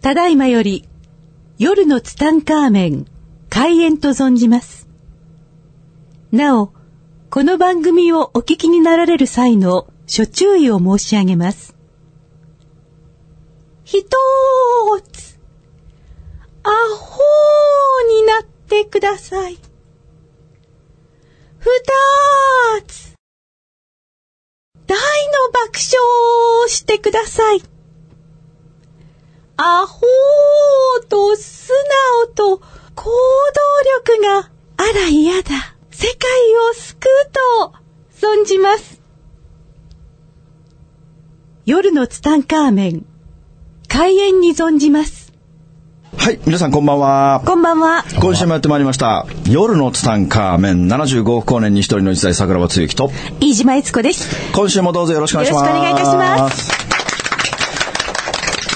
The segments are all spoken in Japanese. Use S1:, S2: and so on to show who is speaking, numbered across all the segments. S1: ただいまより夜のツタンカーメン開演と存じます。なお、この番組をお聞きになられる際の諸注意を申し上げます。ひとーつ、アホーになってください。ふたーつ、大の爆笑をしてください。アホーと素直と行動力があら嫌だ。世界を救うと存じます。夜のツタンカーメン、開演に存じます。
S2: はい、皆さんこんばんは。
S1: こんばんは。
S2: 今週もやってまいりました。夜のツタンカーメン75億光年に一人の一代桜庭つゆきと、
S1: 飯島悦子です。
S2: 今週もどうぞよろしくお願いします。
S1: よろしくお願いいたします。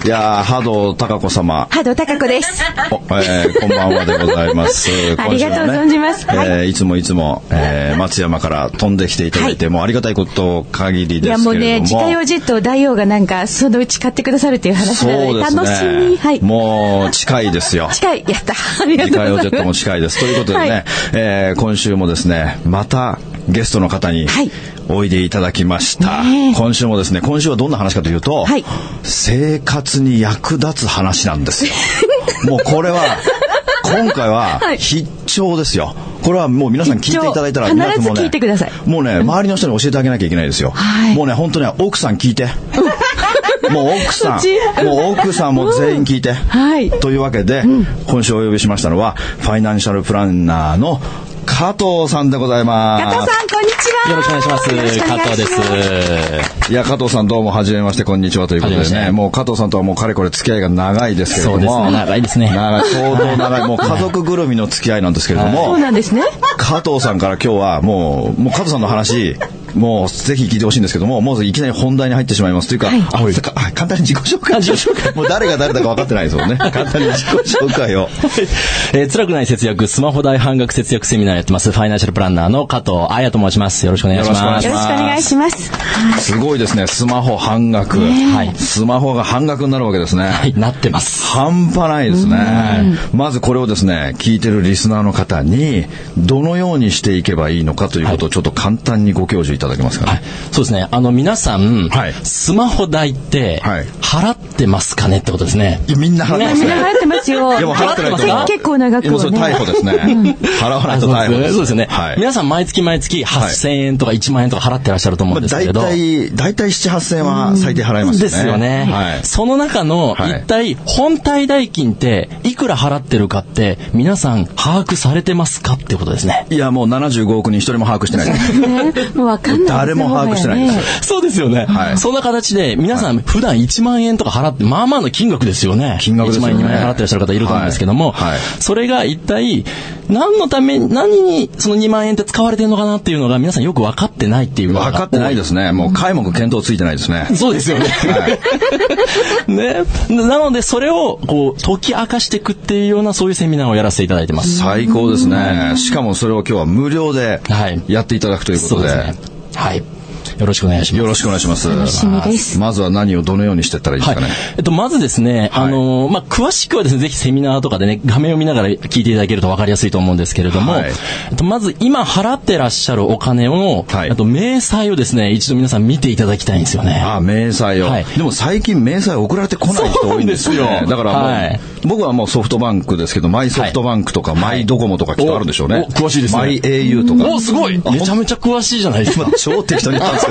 S2: いや波動高子様。
S1: 波動高子です。
S2: えー、こんばんはでございます。ね、
S1: ありがとう存じます。
S2: えー、いつもいつも、えー、松山から飛んできていただいて、はい、もうありがたいこと限りですけれども。いやもうね、
S1: 自家用ジェットを大王がなんか、そのうち買ってくださるという話なので、でね、楽しみ。
S2: はい。もう、近いですよ。
S1: 近い。やった。ありがとうございます。自家用
S2: ジェットも近いです。ということでね、はい、えー、今週もですね、また、ゲストの方においでいただきました、はい、今週もですね今週はどんな話かというと、はい、生活に役立つ話なんです よもうこれは今回は必聴ですよ、これはもう皆さん聞いていただいたら
S1: 皆さんもね
S2: もうね周りの人に教えてあげなきゃいけないですよ、はい、もうね本当ね奥さん聞い てもう奥さん、もう奥さんも全員聞いて。はい、というわけで、うん、今週お呼びしましたのは、ファイナンシャルプランナーの加藤さんでございます。。
S1: 加藤さん、こんにちは。
S3: よろしくお願いします。ます加藤です
S2: いや、加藤さんどうも、はじめまして、こんにちはということでね、もう加藤さんとはもうかれこれ付き合いが長いですけれども。
S3: ね、長いですね。
S2: 長い、相当長 い、もう家族ぐるみの付き合いなんですけれども。
S1: そうなんですね。。
S2: 加藤さんから今日は、もう、もう加藤さんの話、もうぜひ聞いてほしいんですけども、もういきなり本題に入ってしまいます。というか、はい、あ、簡単に自己紹介。
S3: 自己紹 介。
S2: もう誰が誰だか分かってないですもんね。簡単に自己紹介 を。
S3: えー、辛くない節約、スマホ代半額節約セミナーやってます、ファイナンシャルプランナーの加藤彩と申します。よろしくお願いします
S1: よろしくお願いします。
S2: すごいですね、スマホ半額。はい。スマホが半額になるわけですね。
S3: はい、なってます。
S2: 半端ないですね。まずこれをですね、聞いてるリスナーの方に、どのようにしていけばいいのかということをちょっと簡単にご教授いただけますか、ねはい、
S3: そうですねあの皆さん、はい、スマホ代って払ってますかねってことですね、
S2: いや、やみんな払ってます、ね、
S1: みんな払ってますよ
S2: でも払ってない
S1: と結構な額
S2: を、ね、逮捕ですね、うん、払わないと逮捕
S3: ですそうですね、はい、皆さん毎月毎月8000円とか1万円とか払ってらっしゃると思うんですけれど、まあ、
S2: 大体大体78000円は最低払います
S3: よねですよね、はい、その中の一体本体代金っていくら払ってるかって皆さん把握されてますかってことですね。
S2: いやもう75億人一人も把握してないです、ね誰も把握してないです
S3: そうですよね。はい、そんな形で、皆さん普段1万円とか払って、まあまあの金額ですよね。
S2: 金額です
S3: よね。1万円、2万円払ってらっしゃる方いると思うんですけども、はいはい、それが一体、何のため、何にその2万円って使われてるのかなっていうのが皆さんよく分かってないっていう
S2: 分かってないですね。もう皆目見当ついてないです ね。
S3: そうですよね。ね。なので、それをこう、解き明かしていくっていうようなそういうセミナーをやらせていただいてます。
S2: 最高です ね。しかもそれを今日は無料でやっていただくということで。はい、そうですね
S3: はい。よろしくお願いします。
S2: よろしくお願いします。
S1: 楽しみです。
S2: まずは何をどのようにしていったらいいですかね。はい、
S3: えっと、まずですね、はい、あの、まあ、詳しくはですね、ぜひセミナーとかでね、画面を見ながら聞いていただけると分かりやすいと思うんですけれども、はい、えっと、まず今払ってらっしゃるお金を、はい、あと、明細をですね、一度皆さん見ていただきたいんですよね。
S2: ああ、明細を。はい、でも最近明細送られてこない人多いんですよ、ね。すよだからもう、はい、僕はもうソフトバンクですけど、マイソフトバンクとか、マイドコモとかきっとあるんでしょうね。
S3: 詳しいですね。
S2: マイ au とか。
S3: お、すごいめちゃめちゃ詳しいじゃないですか。
S2: 超適当に言ったんですけど。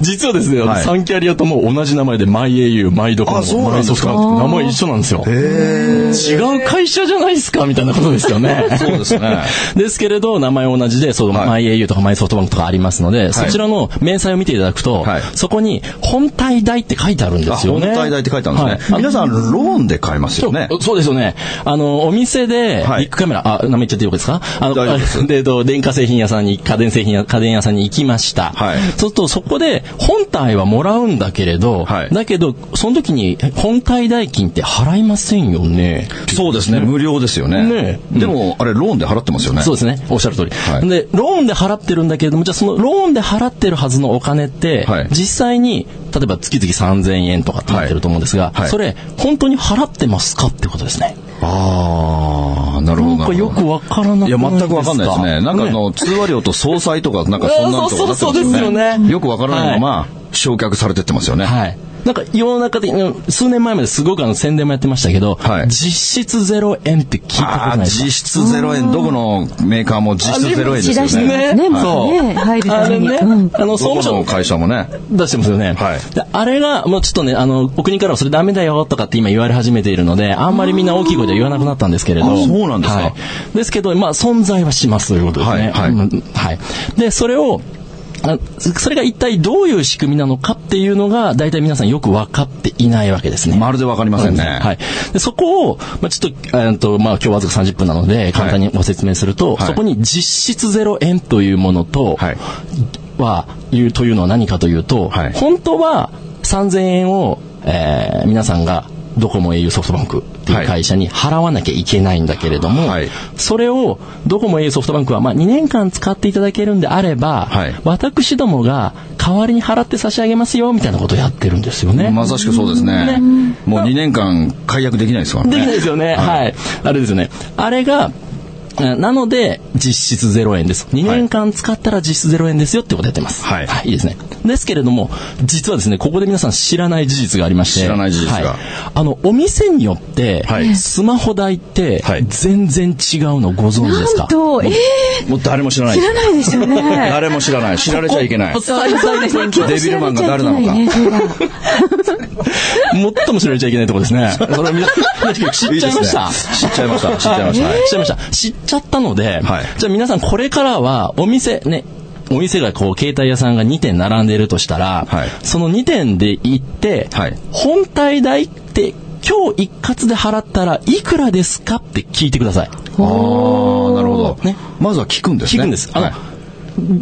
S3: 実はですね、はい、3キャリアとも同じ名前で、マイ au、マイドコモ、マイソフトバンク、名前一緒なんですよ。 違う会社じゃないですかみたいなことですよね。
S2: そうですね。
S3: ですけれど、名前同じで、そう、マイ au とかマイソフトバンクとかありますので、そちらの明細を見ていただくと、そこに、本体代って書いてあるんですよね。
S2: 本体代って書いてあるんですね。皆さん、ローンで買いますよね。
S3: そうですよね。あの、お店で、ビッグカメラ、あ、名 前言っちゃっていいですかあの、で、電化製品屋さんに、家電製品や、家電屋さんに行きました。そうすると、そこで本体はもらうんだけれど、だけど、その時に本体代金って払いませんよね。
S2: そうですね、無料ですよね。ねでも、あれ、ローンで払ってますよね。
S3: そうですね、おっしゃる通り。で、ローンで払ってるんだけれども、じゃあそのローンで払ってるはずのお金って、実際に、例えば月々3000円とかってなってると思うんですが、それ、本当に払ってますかってことですね。
S2: ああ、なるほど。なん
S3: かよくわからない
S2: いや、全くわかんないですね。なんかあの、通話料と総裁とか、なんかそんなのとか、ね、
S3: そうそうですよね。
S2: よくわからないまま、焼却されてってますよね。
S3: はい。なんか世の中的に、数年前まですごくあの宣伝もやってましたけど、はい、実質0円って聞いたことない
S2: 実質0円、どこのメーカーも実質0円ですよね。
S4: ね、そう。入る
S3: あれね、あ
S2: の、総務省の会社もね。
S3: 出してますよね。はい、あれが、もうちょっとね、あの、お国からはそれダメだよとかって今言われ始めているので、あんまりみんな大きい声で言わなくなったんですけれど。
S2: そうなんですか、
S3: ですけど、まあ、存在はしますということですね。はい。で、それを、それが一体どういう仕組みなのかっていうのが、大体皆さんよく分かっていないわけですね。
S2: まるで分かりませんね。
S3: はい。でそこを、まあ、ちょっと、えっと、まあ、今日わずか30分なので、簡単にご説明すると、はい、そこに実質0円というものと、はい、は、いう、というのは何かというと、はい、本当は3000円を、えー、皆さんがドコモ au ソフトバンクっていう会社に払わなきゃいけないんだけれども、はい、それをドコモ au ソフトバンクはまあ2年間使っていただけるんであれば、はい、私どもが代わりに払って差し上げますよみたいなことをやってるんですよね。
S2: まさしくそうですね。ねもう2年間解約できないですからね。
S3: できないですよね。はい、はい。あれですよね。あれが、なので、実質0円です。2年間使ったら実質0円ですよってことやってます。はい。はい、いいですね。ですけれども、実はですね、ここで皆さん知らない事実がありまして。
S2: 知らない事実が。はい、
S3: あの、お店によって、はい、スマホ代って、全然違うのご存知ですかなん
S4: と、え
S2: ー、もう誰も知らない。
S4: 知らないですよね。
S2: 誰も知らない。知られちゃい けない。
S4: 最、
S2: 大のデビルマンが誰なのか。
S3: 最も知られちゃいけないとこですね。それ知っちゃいました。
S2: 知っちゃいました。知 っちゃいました。
S3: 知っちゃいました。知っちゃったので、はい、じゃあ皆さんこれからはお店ね、お店がこう携帯屋さんが2点並んでいるとしたら、はい、その2点で行って、はい、本体代って今日一括で払ったらいくらですかって聞いてください。ああ、なる
S2: ほど。ね、まずは聞くんですね。
S3: 聞くんです。あの、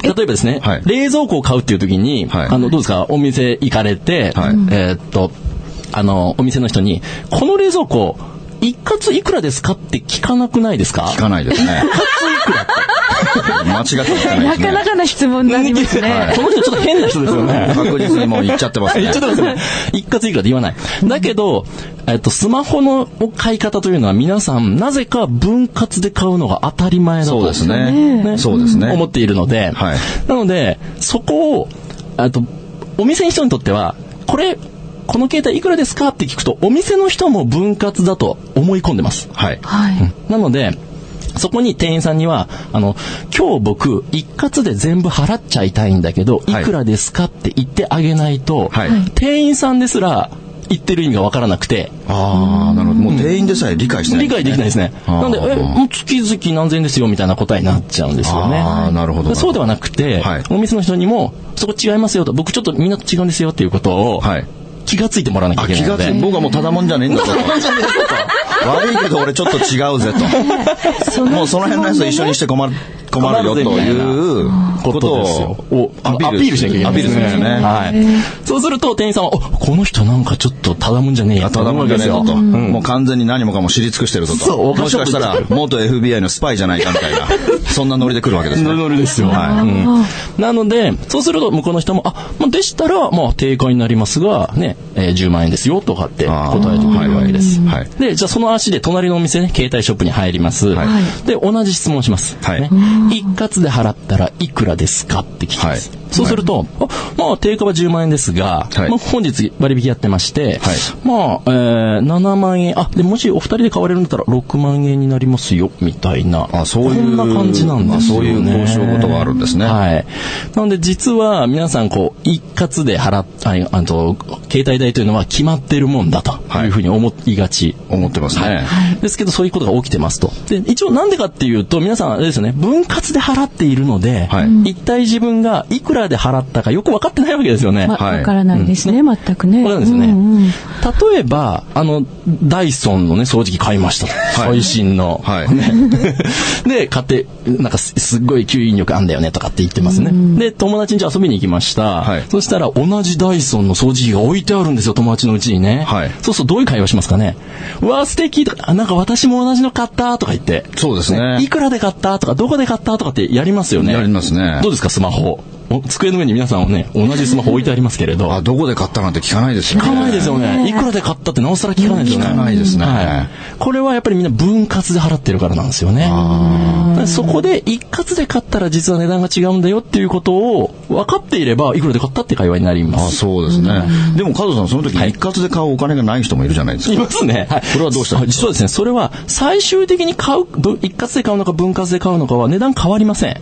S3: 例えばですね、冷蔵庫を買うっていう時に、あの、どうですか、お店行かれて、えっと、あの、お店の人に、この冷蔵庫、一括いくらですかって聞かなくないですか
S2: 聞かないですね。
S3: 一括いくらって。
S2: 間違ってない
S4: ね、なかなかな質問になりますね。
S3: はい、この人ちょっと変な人ですよね。
S2: 確実にもう言っちゃってますね。
S3: 言っちゃってますね。一括いくらって言わない。だけど、えっと、スマホの買い方というのは皆さん、なぜか分割で買うのが当たり前だと。
S2: そうですね。ねそうですね。
S3: 思っているので、はい、なので、そこを、えっと、お店の人にとっては、これ、この携帯いくらですかって聞くと、お店の人も分割だと思い込んでます。。
S2: はい。
S4: はい
S3: なので、そこに店員さんには、あの、今日僕、一括で全部払っちゃいたいんだけど、いくらですかって言ってあげないと、はい、店員さんですら、言ってる意味が分からなくて。
S2: ああ、なるほど。もう店員でさえ理解してない、
S3: ね、理解できないですね。なので、え、もう月々何千円ですよみたいな答えになっちゃうんですよね。
S2: ああ、なるほど。
S3: そうではなくて、はい、お店の人にも、そこ違いますよと、僕ちょっとみんなと違うんですよっていうことを、はい、気がついてもらわなきゃいけない
S2: ので。僕はもうただもんじゃねえんだと。 悪いけど俺ちょっと違うぜと。もうその辺のやつ一緒にして困る。困るよということ
S3: をアピールしなきゃいけない。。
S2: アピールするんですね。はい
S3: そうすると店員さんは、この人なんかちょっとただもんじゃねえや
S2: と。ただもんじゃねえぞと。もう完全に何もかも知り尽くしてるぞと。そう、もしかしたら元 FBI のスパイじゃないかみたい な。そんなノリで来るわけですね。
S3: ノリですよ。はい。なので、そうすると向こうの人も、あ、でしたら、まあ定価になりますが、ね、えー、10万円ですよとかって答えてくれるわけです。はい、で、じゃあその足で隣のお店ね、携帯ショップに入ります。はい、で、同じ質問します。はい、ね、一括で払ったらいくらですかって聞きます。はい、そうすると、あまあ、定価は10万円ですが、はい、まあ、本日割引やってまして、はい、まあ、えー、7万円、あ、でもしお二人で買われるんだったら6万円になりますよ、みたいな。
S2: あ、そういう。こ
S3: んな感じなんですね。
S2: そういう交渉事があるんですね。
S3: はい。なので、実は皆さん、こう、一括で払っ、あ、あと、携帯代というのは決まってるもんだというふうに思いがち。
S2: 思ってますね、
S3: はい。ですけど、そういうことが起きてますと。で、一応なんでかっていうと、皆さん、あれですよね、分割で払っているので、はい、一体自分がいくららで払ったかよく分かってないわけですよね。
S1: わ、ま、分からないですね、はい、全くね。。
S3: 分からないですよね、うんうん。例えば、あの、ダイソンのね、掃除機買いました。はい、最新の。はい。ね、で、買って、なんかすっごい吸引力あんだよねとかって言ってますね。うん、で、友達にじゃ遊びに行きました。はい、そしたら、同じダイソンの掃除機が置いてあるんですよ、友達のうちにね。はい、そうするとどういう会話しますかね。うわ、素敵とか、なんか私も同じの買ったとか言って。
S2: そうですね。
S3: いくらで買ったとか、どこで買ったとかってやりますよね。
S2: やりますね。
S3: どうですか、スマホ。机の上に皆さんね、同じスマホ置いてありますけれど。
S2: あ、どこで買ったなんて聞かないです
S3: よね。聞かないですよね。いくらで買ったってなおさら聞かないですよね。
S2: 聞かないですね、
S3: はい。これはやっぱりみんな分割で払ってるからなんですよね。そこで一括で買ったら実は値段が違うんだよっていうことを分かっていれば、いくらで買ったって会話になります。あ、
S2: そうですね。でも加藤さん、その時一括で買うお金がない人もいるじゃないですか。
S3: いますね。はい。
S2: これはどうした
S3: 実はですね、それは最終的に買う、一括で買うのか分割で買うのかは値段変わりません。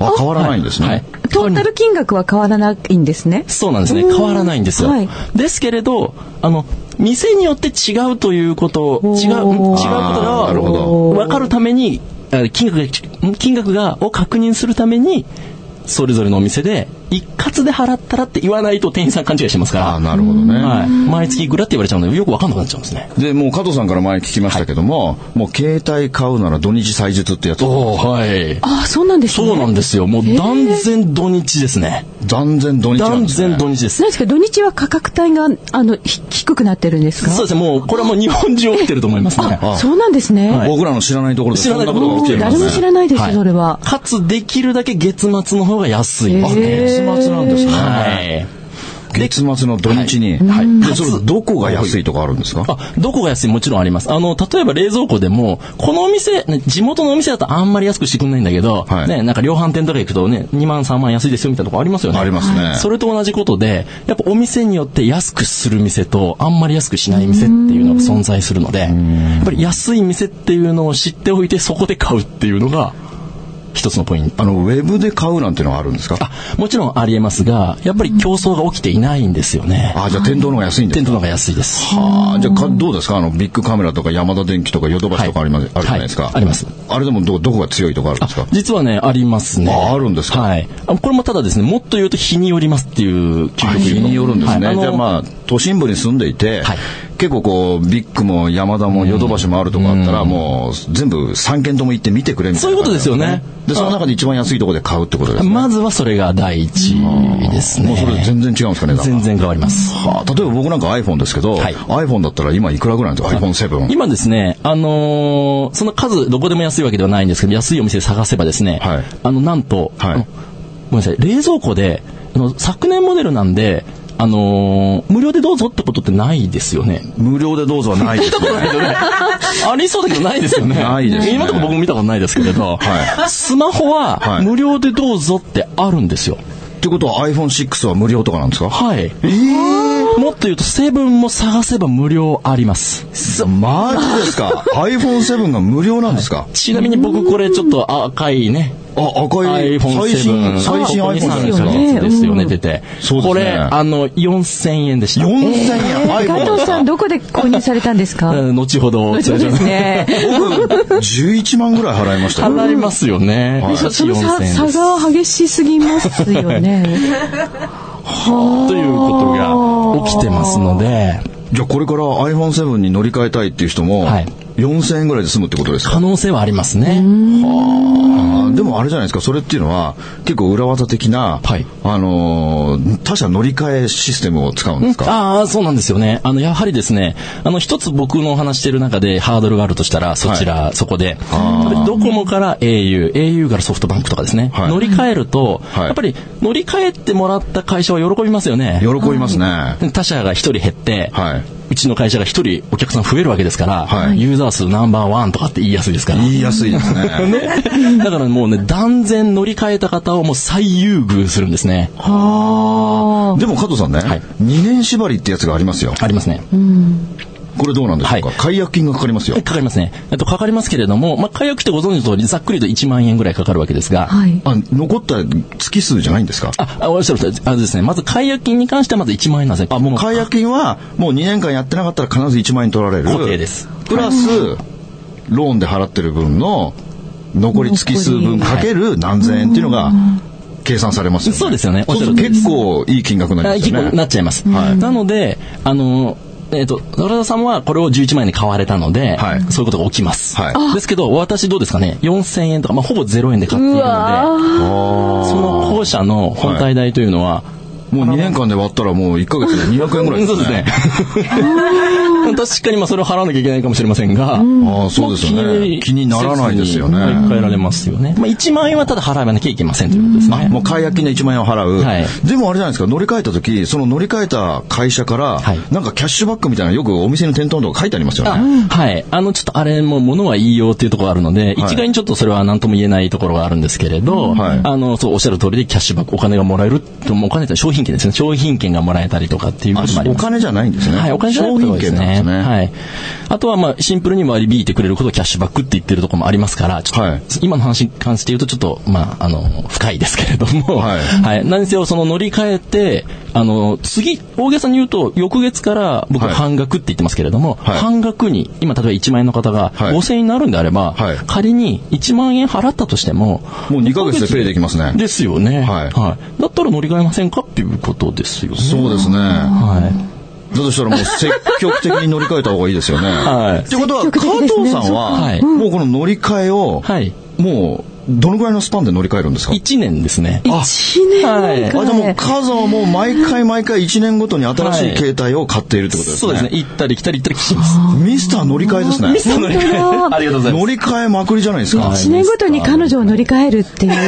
S2: あ、変わらないんですね、はいはい
S1: トータル金額は変わらないんですね。
S3: そうなんですね。変わらないんですよ。はい、ですけれど、あの、店によって違うということ、違う、違うことが分かるために、金額が、金額が、を確認するために、それぞれのお店で一括で払ったらって言わないと店員さん勘違いしますから、
S2: あなるほどね、はい
S3: 毎月いくらって言われちゃうのでよく分かんなくなっちゃうんですね
S2: でもう加藤さんから前聞きましたけども、はい、もう携帯買うなら土日祭日ってやつ
S3: おはい
S1: あそうなんです
S3: ねそうなんですよもう断然土日ですね
S2: 断然土日なん
S3: です、ね、断然土日です
S1: 何ですか土日は価格帯があの低くなってるんですか
S3: そうですねもうこれはもう日本中起きてると思いますね
S1: あそうなんですね、
S2: はい、僕らの知らないところで
S3: 知らないところが起きてる、
S1: ね、誰も知らないです、はい、それは
S3: かつできるだけ月末の方が安いですね
S2: 月末なんですね。はい。月末の土日に、はい、はい、それどこが安いとかあるんですか
S3: あどこが安いもちろんありますあの例えば冷蔵庫でもこのお店地元のお店だとあんまり安くしてくんないんだけど、はい、ね、なんか量販店とか行くとね2万3万安いですよみたいなとこありますよね
S2: ありますね
S3: それと同じことでやっぱお店によって安くする店とあんまり安くしない店っていうのが存在するのでやっぱり安い店っていうのを知っておいてそこで買うっていうのが一つのポイント。
S2: あの、ウェブで買うなんてのはあるんですか
S3: もちろんありえますが、やっぱり競争が起きていないんですよね。
S2: あ、じゃあ店頭の方が安いんです
S3: か店頭の方が安いです。、
S2: はあ、じゃあどうですかあの、ビッグカメラとか山田電機とかヨドバシとかあります、はい、あるじゃないですか、はい
S3: あります。
S2: あれでもど、どこが強いとかあるんですか
S3: 実はね、ありますね。
S2: あ、あるんですか
S3: はい。これもただですね、もっと言うと日によりますっていう、
S2: 究極日によるんですね。はい、じゃあまあ、都心部に住んでいて、はい結構こうビッグも山田もヨドバシもあるとこあったらもう全部3軒とも行って見てくれみたいな、ね、
S3: そういうことですよね
S2: でその中で一番安いところで買うってことですね
S3: まずはそれが第一ですね
S2: もうそれ全然違うんですかね
S3: 全然変わります、
S2: はあ、例えば僕なんか iPhone ですけど、はい、iPhone だったら今いくらぐらいなんですか iPhone7
S3: 今ですねあのー、その数どこでも安いわけではないんですけど安いお店探せばですね、はい、あのなんと、はい、ごめんなさい冷蔵庫であの昨年モデルなんであのー、無料でどうぞってことってないです よね。
S2: 無料でどうぞはないです、ね、
S3: ありそうだけどないですよね。
S2: ないです、ね、
S3: 今のところ僕も見たことないですけれど、はい、スマホは無料でどうぞってあるんですよ。
S2: ってことは iPhone6 は無料とかなんですか
S3: はい。えー、もっと言うと7も探せば無料あります。、
S2: マジです か ?iPhone7 が無料なんですか、はい
S3: ちなみに僕これちょっと赤いね、
S2: あ、赤い iPhone7。最新 iPhone
S3: ですよね。ですよね、出て。
S2: そうですね。
S3: これ、あの、4000円でした。
S2: 4000円
S1: 加藤さん、どこで購入されたんですか
S3: 後ほど。
S1: そうですね。
S2: 僕、11万ぐらい払いました。
S3: 払いますよね。
S1: その差が激しすぎますよね。
S3: ということが起きてますので。
S2: じゃあこれから iPhone7 に乗り換えたいっていう人も、4000円ぐらいで済むってことですか
S3: 可能性はありますね。
S2: はあ。でもあれじゃないですか、それっていうのは結構裏技的な、はい、あのー、他社乗り換えシステムを使うんですか、うん、
S3: ああ、そうなんですよね。あの、やはりですね、あの、一つ僕の話してる中でハードルがあるとしたら、そちら、はい、そこで、ドコモから au、au からソフトバンクとかですね、はい、乗り換えると、やっぱり乗り換えてもらった会社は喜びますよね。
S2: 喜びますね。
S3: 他社が一人減って、うちの会社が一人お客さん増えるわけですから、はい、ユーザー数ナンバーワンとかって言いやすいですから。
S2: 言いやすい ですね。
S3: ねだからもうね、断然乗り換えた方をもう最優遇するんですね。
S2: はあ。でも加藤さんね、はい、2年縛りってやつがありますよ。
S3: ありますね。
S2: うんこれどうなんでしょうか、はい、解約金がかかりますよ。
S3: かかりますね。えっと、かかりますけれども、まあ、解約ってご存知の通り、ざっくりと1万円ぐらいかかるわけですが、
S2: はい、あ残った月数じゃないんですか
S3: あ、あおっしゃるとあですね、まず解約金に関してはまず1万円なんです
S2: あ、もう解約金は、もう2年間やってなかったら必ず1万円取られる。
S3: 固定です。
S2: プラス、はい、ローンで払ってる分の、残り月数分かける何千円っていうのが、計算されますよね。
S3: そうですよね。
S2: おそ結構いい金額になりますよね。
S3: なっちゃいます。はい、なので、あの、えっ、ー、と、原田さんはこれを11万円で買われたので、はい、そういうことが起きます。はい、ですけど、私どうですかね、4000円とか、まあ、ほぼ0円で買っているので、その校舎の本体代というのは、はい
S2: もう2年間で割ったらもう1か月で200円ぐらいです
S3: ね。そうですね。 確かにまあそれを払わなきゃいけないかもしれませんが、
S2: ああそうですよね。気にならないですよね。
S3: 変えられますよね。まあ1万円はただ払わなきゃいけませんということですね。
S2: もう解約金で1万円を払う。はい、でもあれじゃないですか、乗り換えた時、その乗り換えた会社から、はい、なんかキャッシュバックみたいなよくお店の店頭とか書いてありますよね。
S3: はい。あのちょっとあれも物は言いようっていうところあるので、一概にちょっとそれは何とも言えないところがあるんですけれど、はい、あのそうおっしゃる通りでキャッシュバックお金がもらえるともお金って商品券ですね。商品券がもらえたりとかっていうこともあり
S2: ます。お金じゃないんですね。
S3: はい、お金じゃないことですね。すねはい。あとは、まあ、シンプルに割り引いてくれることをキャッシュバックって言ってるところもありますから、ちょっと、はい、今の話に関して言うと、ちょっと、まあ、あの、深いですけれども、はい。はい。何せよ、その乗り換えて、あの、次、大げさに言うと、翌月から僕半額って言ってますけれども、はい、半額に、今、例えば1万円の方が5000円になるんであれば、はい、仮に1万円払ったとしても、
S2: もう2ヶ月でペイできますね。
S3: ですよね。はい。はい。だったら乗り換えませんかっていうことですよね。
S2: そうですね。はい。だとしたらもう積極的に乗り換えた方がいいですよ ね。はい。ということは、ね、加藤さんは、もうこの乗り換えを、はい、もう、どのぐらいのスパンで乗り換えるんですか
S3: ?1 年ですね。
S1: 1年はい。あ、
S2: でも、カズはもう毎回毎回1年ごとに新しい携帯を買っているってことですね。
S3: はい、そうですね。行ったり来たり行ったりします。
S2: ミスター乗り換えですね。
S3: ミスター乗り換え。ありがとうございます。
S2: 乗り換えまくりじゃないですか。
S1: 1年ごとに彼女を乗り換えるっていう、ね。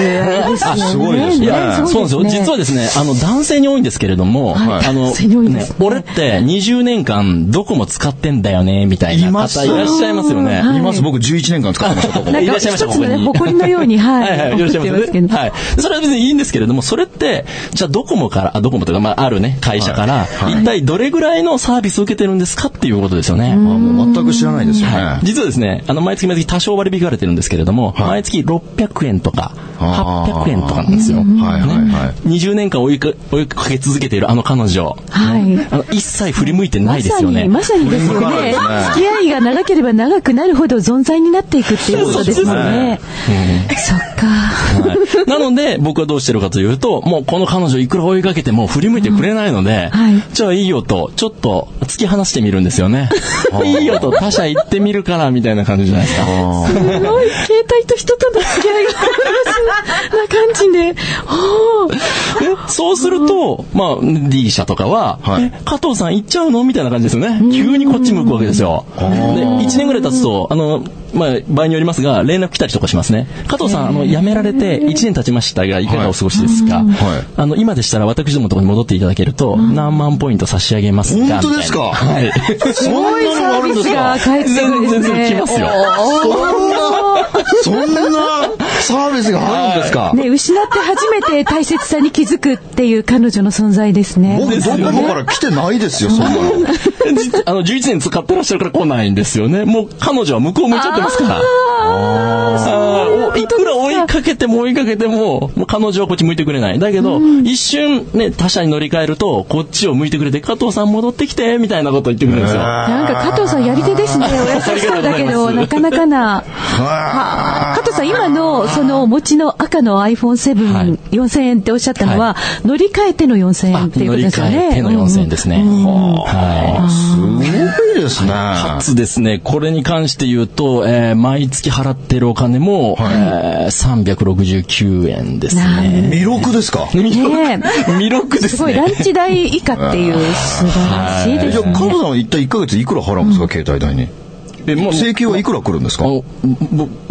S1: あ、
S2: すごいですね。
S3: そうですよ。実はですね、あの、男性に多いんですけれども、はい、あの、ね、俺って20年間どこも使ってんだよね、みたいな方いらっしゃいますよね。
S2: います。僕11年間使ってました、ここ。
S1: いらっしゃいました、ここに。誇りのようにに、はい。はいはい、いらっしゃいますね。
S3: はい。それは別にいいんですけれども、それって、じゃあドコモから、あドコモというか、まあ、あるね、会社から、はいはい、一体どれぐらいのサービスを受けてるんですかっていうことですよね。。
S2: あもう全く知らないですよね、はい
S3: 実はですね、あの、毎月毎月多少割引かれてるんですけれども、毎月600円とか、800円とかなんですよ。はいはいはい。20年間追いか追いかけ続けているあの彼女。はい。あの、一切振り向いてないですよね。。
S1: まさに、まさにですよね。付き合いが長ければ長くなるほど存在になっていくっていうことですよね。そっか、はい
S3: なので、僕はどうしてるかというと、もうこの彼女いくら追いかけても振り向いてくれないので、はい、じゃあいいよと、ちょっと突き放してみるんですよ ね。いいよと、他社行ってみるから、みたいな感じじゃないですか。
S1: ごい、
S3: す
S1: 携帯と人との付き合いがな感じで、ね。
S3: そうすると、まあ、D 社とかは、はい、加藤さん行っちゃうのみたいな感じですよね。急にこっち向くわけですよ。で、1年ぐらい経つと、あの、まあ、場合によりますが、連絡来たりとかしますね。加藤さん、あの、辞められて1年経ちましたが、いかがお過ごしですか、はいはい、あの、今でしたら私どものところに戻っていただけると、何万ポイント差し上げます
S2: 本当ですかはい。
S1: すごいサービスが返ってくるんですね。全
S3: 然来ますよ。
S2: そんな、そんなサービスがあるんですか、はい、
S1: ね、失って初めて大切さに気づくっていう彼女の存在ですね。
S2: 僕、どこから来てないですよ、そんなの。。
S3: あの、11年使ってらっしゃるから来ないんですよね。もう彼女は向こう向いちゃってますから。ああ、いくら追いかけても追いかけても、もう彼女はこっち向いてくれない。だけど、うん、一瞬ね、他社に乗り換えると、こっちを向いてくれて、加藤さん戻ってきて、みたいなこと言ってくるんですよ。
S1: なんか加藤さんやり手ですね。お優しそうだけど、なかなかな。加藤さん、今の、その、お持ちの赤の iPhone7、はい、4000円っておっしゃったのは、はい、乗り換えての4000円っていうことですよね。乗り換えて
S3: の4000円ですね。はい
S2: すごいですね。
S3: かつですね、これに関して言うと、えー、毎月払ってるお金も、はいえー、369円ですね。
S2: 魅力ですか
S3: 魅力,、ね、魅力ですね。す
S1: ごい、ランチ代以下っていう、素晴らしいですね。じゃあ、
S2: 加藤さんは一体1ヶ月いくら払うんですか、携帯代に。え、もう請求はいくら来るんですか
S3: う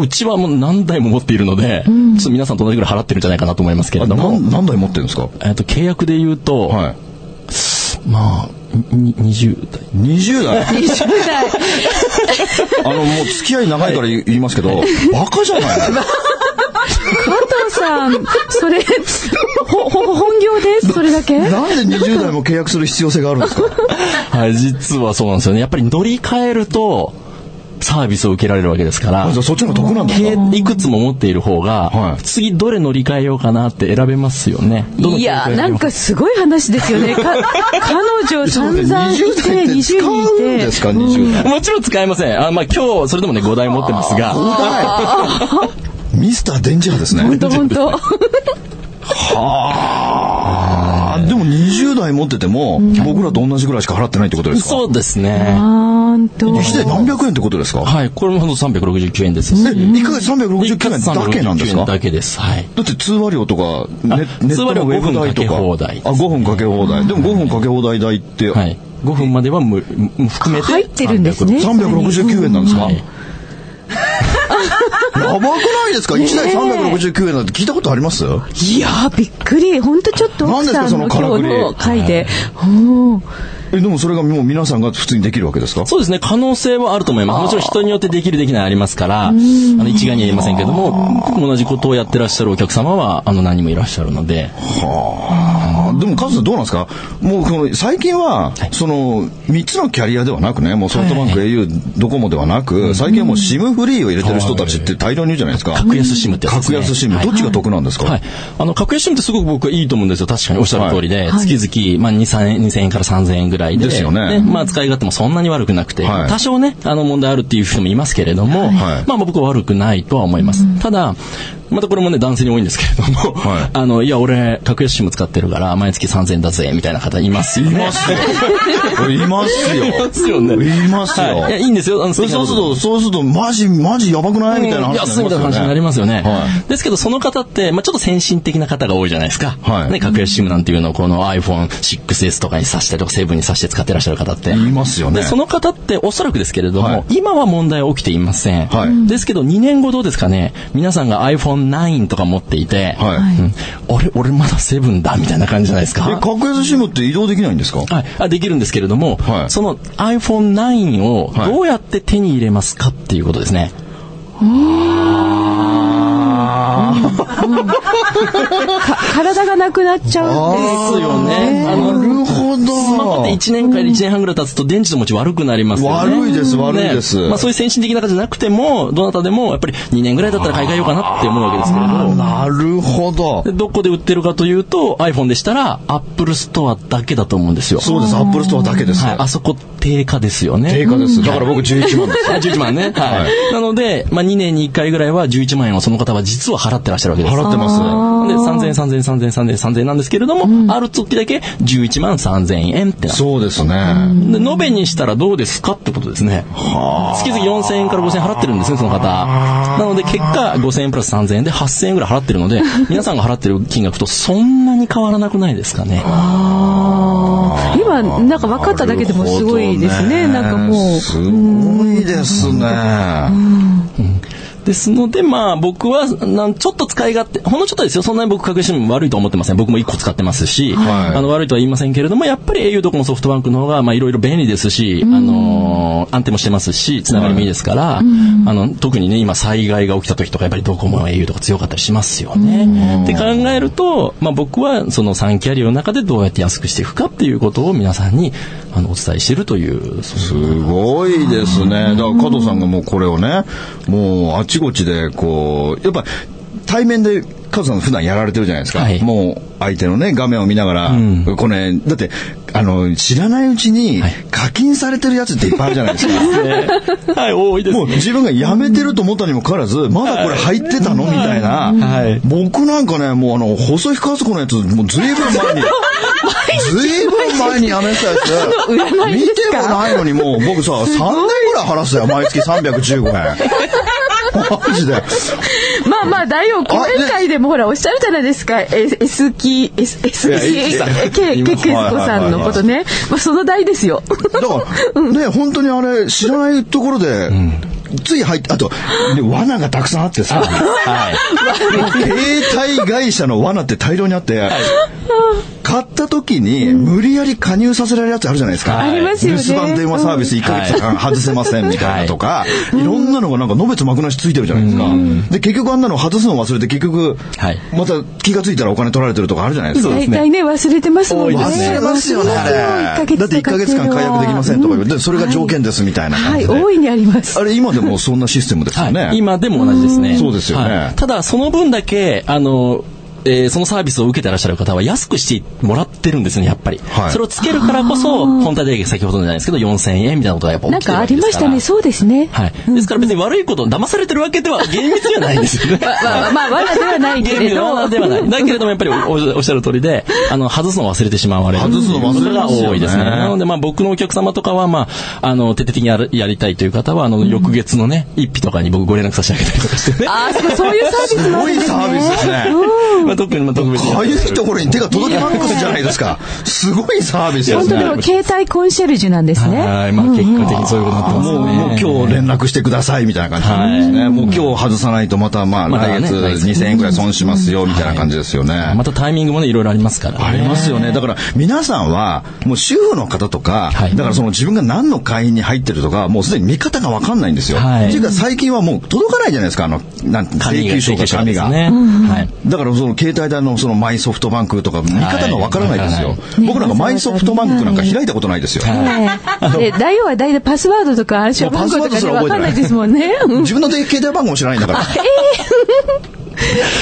S3: ちはもう何台も持っているので、うん、ちょっと皆さんと同じぐらい払ってるんじゃないかなと思いますけれども。
S2: 何台持ってるんですか
S3: えっと、契約で言うと、はい、まあ、20代。
S2: 20代
S1: ?20 代。
S2: あの、もう付き合い長いから言いますけど、はい、バカじゃない
S1: 加 藤さん、それ、ほ、ほ、本業ですそれだけ
S2: なんで20代も契約する必要性があるんですか
S3: はい、実はそうなんですよね。やっぱり乗り換えると、サービスを受けられるわけですから。
S2: そっちの得なん
S3: いくつも持っている方が、はい、次どれ乗り換えようかなって選べますよね。
S1: いや、なんかすごい話ですよね。彼女散々いて、20人い
S2: て。ですか、20
S3: 代。もちろん使えません。あまあ今日、それでもね、5台持ってますが。
S2: ミスターデンジャーですね。
S1: 本当本当。
S2: はあ。でも20代持ってても、僕らと同じぐらいしか払ってないってことですか
S3: そうですね。
S1: なんと。
S2: 1台何百円ってことですか
S3: はい。これもほんと369円です。
S2: え、1回369円だけなんですか
S3: だけです。はい。
S2: だって通話料とか、ネットのウェブ代とか。あ、5分かけ放題。でも5分かけ放題代って。
S3: はい。5分まではむ含めて。
S1: 入ってるんですね。
S2: 369円なんですか、やばくないですか1台369円なんて聞いたことあります
S1: いやびっくり本当ちょっと奥さんの今日の回で、
S2: えでもそれがもう皆さんが普通にできるわけですか
S3: そうですね可能性はあると思いますもちろん人によってできるできないありますからあの一概には言えませんけども同じことをやってらっしゃるお客様はあの何人もいらっしゃるので
S2: はあでもカズどうなんですかもうこの最近は、その3つのキャリアではなくねもうソフトバンク、au ドコモではなく最近はもう SIM フリーを入れてる人たちって大量にいるじゃないですか
S3: 格安 SIM ってや
S2: つ、ね、格安 SIM どっちが得なんですか、
S3: はい、あの格安 SIM ってすごく僕はいいと思うんですよ確かにおっしゃる通りで、月々、まあ、2000円から3000円ぐらい
S2: ですよね。
S3: まあ使い勝手もそんなに悪くなくて、多少ね、あの問題あるっていう人もいますけれども、まあ僕は悪くないとは思います。ただ、またこれもね、男性に多いんですけれども、 あの、いや、俺、格安シム使ってるから、毎月3000円だぜ、みたいな方いますよ、
S2: いますよ。いますよ。
S3: いますよね。
S2: いますよ。
S3: い、や、いいんですよ。あの
S2: そうすると、そうすると、マジ、マジやばくないみたいな話
S3: 安いみたいな話になりますよね。ですけど、その方って、まあちょっと先進的な方が多いじゃないですか。ね、格安シムなんていうのを、この iPhone6S とかに挿したりとか、7に挿して使ってらっしゃる方って。
S2: いますよね。
S3: その方っておそらくですけれども、はい、今は問題起きていません。はい、ですけど、2年後どうですかね、皆さんが iPhone9 とか持っていて、はいうん、あれ、俺まだ7だみたいな感じじゃないですか。
S2: え、格安 SIM って移動できないんですか
S3: はい。あできるんですけれども、はい、その iPhone9 をどうやって手に入れますかっていうことですね。はい
S1: 体がなくなっちゃうん
S3: ですよね。
S2: なるほど。
S3: スマホって1年から1年半ぐらい経つと電池の持ち悪くなりますよ
S2: ね。悪いです、悪いです。
S3: まあそういう先進的な方じゃなくても、どなたでもやっぱり2年ぐらいだったら買い替えようかなって思うわけですけれど。
S2: なるほど。
S3: どこで売ってるかというと、iPhone でしたら Apple ストアだけだと思うんですよ。
S2: そうです、Apple ストアだけです。
S3: あそこ定価ですよね。
S2: 定価です。だから僕11万です。
S3: 11万ね。はい。なので、まあ2年に1回ぐらいは11万円をその方は実は払ってらっしゃるわけです。
S2: 払ってます。
S3: で、3000円、3000円、3000円、3000円、3000円なんですけれども、うん、ある時だけ11万3000円って
S2: そうですね。
S3: で、延べにしたらどうですかってことですね。月々4000円から5000円払ってるんですね、その方。なので、結果5000円プラス3000円で8000円ぐらい払ってるので、皆さんが払ってる金額とそんなに変わらなくないですかね。
S1: 今、なんか分かっただけでもすごいですね。な、ね、んかもう。
S2: すごいですね。うん
S3: うんですので、まあ、僕はなんちょっと使い勝手ほんのちょっとですよそんなに僕隠しも悪いと思ってません僕も1個使ってますし、はい、あの悪いとは言いませんけれどもやっぱり au ドコモソフトバンクの方がいろいろ便利ですし、あの安定もしてますしつながりもいいですから、あの特にね今災害が起きた時とかやっぱりドコモ au とか強かったりしますよね。って考えると、まあ、僕はその3キャリアの中でどうやって安くしていくかっていうことを皆さんにあのお伝えしてるとい う
S2: すごいですねだから加藤さんがもうこれをねもうあちこちでこうやっぱ対面でカズさん普段やられてるじゃないですか、はい、もう相手のね画面を見ながら、うん、これだってあの知らないうちに課金されてるやつっていっぱいあるじゃないですか、
S3: はい多いです、
S2: ね、もう自分がやめてると思ったにもかかわ らずまだこれ入ってたのみたいな、はい、僕なんかねもうあの細木和子のやつもうずいぶん前 に。ずいぶん前にやめたやつ見てもないのにもう僕さ3年ぐらい払すよ毎月315円。マジで。
S1: まあまあ、大王、講演会でもほら、おっしゃるじゃないですか。S キ、S、S キ、K、K クエさんのことね。まあ、その代ですよ。
S2: だから、ね、本当にあれ、知らないところで、つい入って、あと、ね、罠がたくさんあってさ、はい、携帯会社の罠って大量にあって、買った時に無理やり加入させられるやつあるじゃないですか。
S1: ありますよね。
S2: 留守番電話サービス1ヶ月間外せませんみたいなとか、いろんなのがなんかのべつ幕なしついてるじゃないですか。で、結局あんなの外すの忘れて、結局、また気が付いたらお金取られてるとかあるじゃないですか。
S1: 大体ね、忘れてますもんね。
S2: 忘れますよね、あれ。だって1ヶ月間解約できませんとか言って、それが条件ですみたいな
S1: はい、大いにあります。
S2: あれ、今でもそんなシステムですよね。
S3: 今でも同じですね。
S2: そうですよね。
S3: ただ、その分だけ、あの、えー、そのサービスを受けてらっしゃる方は安くしてもらってるんですね、やっぱり。はい、それをつけるからこそ、本体で先ほどじゃないですけど、4000円みたいなことがやっぱ
S1: なんかありましたね、そうですね。
S3: はい。ですから別に悪いこと、騙されてるわけでは厳密ではないんで すよね。
S1: まあ、まあ、罠ではないけれど。
S3: 罠ではない。だけれどもやっぱりおっしゃる通りで、あの、外すの忘れてしまわれる。
S2: 外すの忘れる、ね。
S3: が多いですね。なのでまあ僕のお客様とかは、まあ、あの、徹底的にややりたいという方は、あの、翌月のね、一日とかに僕ご連絡させてあげたりとかしてね。
S1: ああ、そういうサービスもあるんですね。すごいサービスですね。
S2: ま あ、特に、まあ、特別かゆいところに手が届きまくるじゃないですか。すごいサービスで
S1: ね。本
S2: す
S1: 当でも、携帯コンシェルジュなんですね。
S3: はい、まあ、結果的にそういうことになってますね。
S2: もう、今日連絡してくださいみたいな感じなんですね。もう今日外さないと、また、まあ、来月2000円くらい損しますよみたいな感じですよね。
S3: またタイミングもね、いろいろありますから。
S2: ありますよね。だから、皆さんは、もう主婦の方とか、だからその自分が何の会員に入ってるとか、もうすでに見方がわかんないんですよ。はい。ていうか、最近はもう届かないじゃないですか、あの、なん請求書が紙が。はい。だから、その携帯代のそのマイソフトバンクとか見方がわからないですよ、はい、僕なんかマイソフトバンクなんか開いたことないですよ、
S1: はい、で大王は大体パスワードとか暗証番号とかでわかんないですもんね
S2: 自分の携帯番号も知らないんだから
S3: そ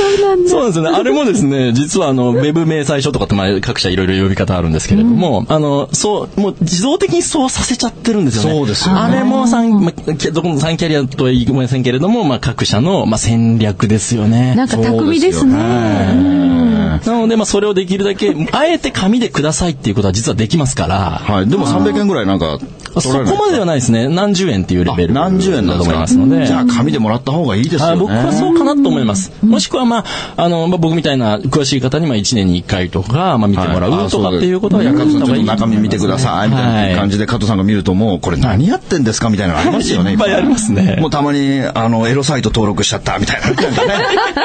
S3: うなんで すね。あれもですね、実はあの、ウェブ明細書とかって、まあ、各社いろいろ呼び方あるんですけれども、あの、そう、もう自動的にそうさせちゃってるんですよね。
S2: そうですよ
S3: ね。あれも三、まあ、どこの三キャリアとは言いませんけれども、まあ、各社の、まあ、戦略ですよね。
S1: なんか巧みですね。な
S3: ので、まあ、それをできるだけ、あえて紙でくださいっていうことは実はできますから。
S2: はい。でも300円ぐらいなんか、
S3: そこまではないですね。何十円っていうレベル。
S2: 何十円だと思いますので。じゃあ紙でもらった方がいいですよね。
S3: 僕はそうかなと思います。もしくは、まあ、あの、まあ、僕みたいな詳しい方に、まあ、1年に1回とか、まあ、見てもらうとかっていうことは
S2: や、はい、加藤さん、ちょっと中身見てください、みたいな感じで、加藤さんが見ると、もう、これ何やってんですかみたいなのありますよね。
S3: いっぱいありますね。
S2: もうたまに、あの、エロサイト登録しちゃった、みたいな。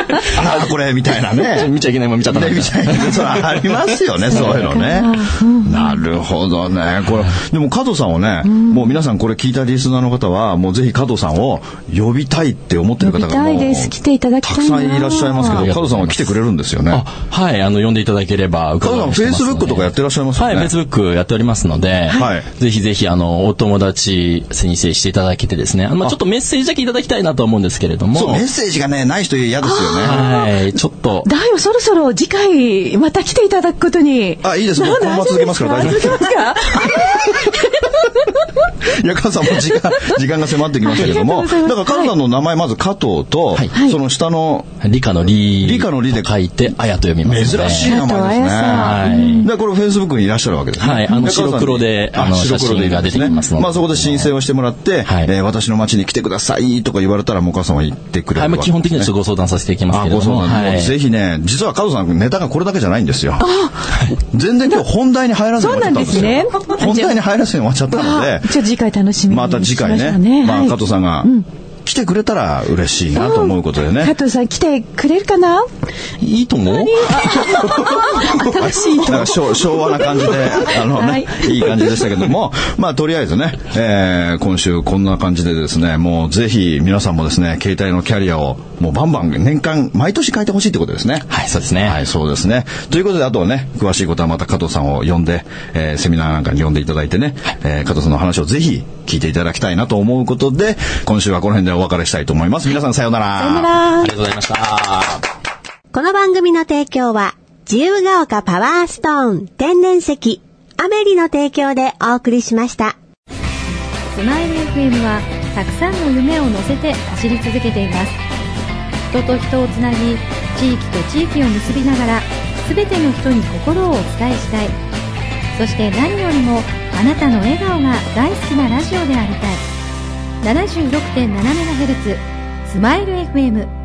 S2: あら、これ、みたいなね。
S3: 見ちゃいけないもん見ちゃった
S2: 見ちゃいけない。そう、ありますよね、 そういうのね。なるほどね。これ、でも加藤さんをね、もう皆さんこれ聞いたリスナーの方は、もうぜひ加藤さんを呼びたいって思ってる方が
S1: もう、来ていただき
S2: たくさんいらっしゃいますけど、加藤さんは来てくれるんですよね。
S3: はい、あの、呼んでいただければ
S2: 伺います、ね。加藤さん、フェイスブックとかやってらっしゃいますよね。
S3: はい、フェイスブックやっておりますので、はい、ぜひぜひ、あの、お友達申請していただけてですね、まあちょっとメッセージだけいただきたいなと思うんですけれども。
S2: そう、メッセージがね、ない人嫌ですよね。
S3: はい、ちょっと。
S1: だよ、そろそろ次回、また来ていただくことに。
S2: あ、いいですね。このまま続けますから大丈夫です。続けますかいや、加藤さんも時間、時間が迫ってきましたけども、だから加藤さんの名前、まず加藤と、はい、その下の、
S3: 理科の理、
S2: 理科の理で
S3: 書いて、あやと読みます、
S2: ね。珍しい名前ですね。はい。で、これフェイスブックにいらっしゃるわけですね。
S3: はい、あの、白黒で、あの、白黒でが出てきますので。
S2: まあ、そこで申請をしてもらって、はい、えー、私の町に来てくださいとか言われたら、もう加藤さんは言ってくれる、ね。はい、
S3: まあ、基本的にはちょっとご相談させていきますけども。あ、ご相
S2: 談。はい、ぜひね、実は加藤さん、ネタがこれだけじゃないんですよ。全然今日本題に入らずに終わっちゃったんですよ。そうなんですね。本題に入らずに終わっちゃったので。
S1: じゃ次回楽しみ
S2: また次回ね。ねまあ、加藤さんが、うん来てくれたら嬉しいなと思うことでね。
S1: 加藤さん来てくれるかない
S2: いと思う
S1: 新しい
S2: なんか昭昭和な感じで、あのね、い、い感じでしたけども、まあとりあえずね、えー、今週こんな感じでですね、もうぜひ皆さんもですね、携帯のキャリアをもうバンバン年間毎年変えてほしいってことですね。
S3: はい、そうですね。
S2: はい、そうですね。ということで、あとはね、詳しいことはまた加藤さんを呼んで、えー、セミナーなんかに呼んでいただいてね、えー、加藤さんの話をぜひ聞いていただきたいなと思うことで、今週はこの辺でお別れしたいと思います。皆さんさようなら。
S1: さようなら。
S3: ありがとうございました。
S5: この番組の提供は、自由が丘パワーストーン天然石、アメリの提供でお送りしました。
S6: スマイル FM は、たくさんの夢を乗せて走り続けています。人と人をつなぎ、地域と地域を結びながら、すべての人に心をお伝えしたい。そして何よりも、あなたの笑顔が大好きなラジオでありたい。76.7MHz スマイル FM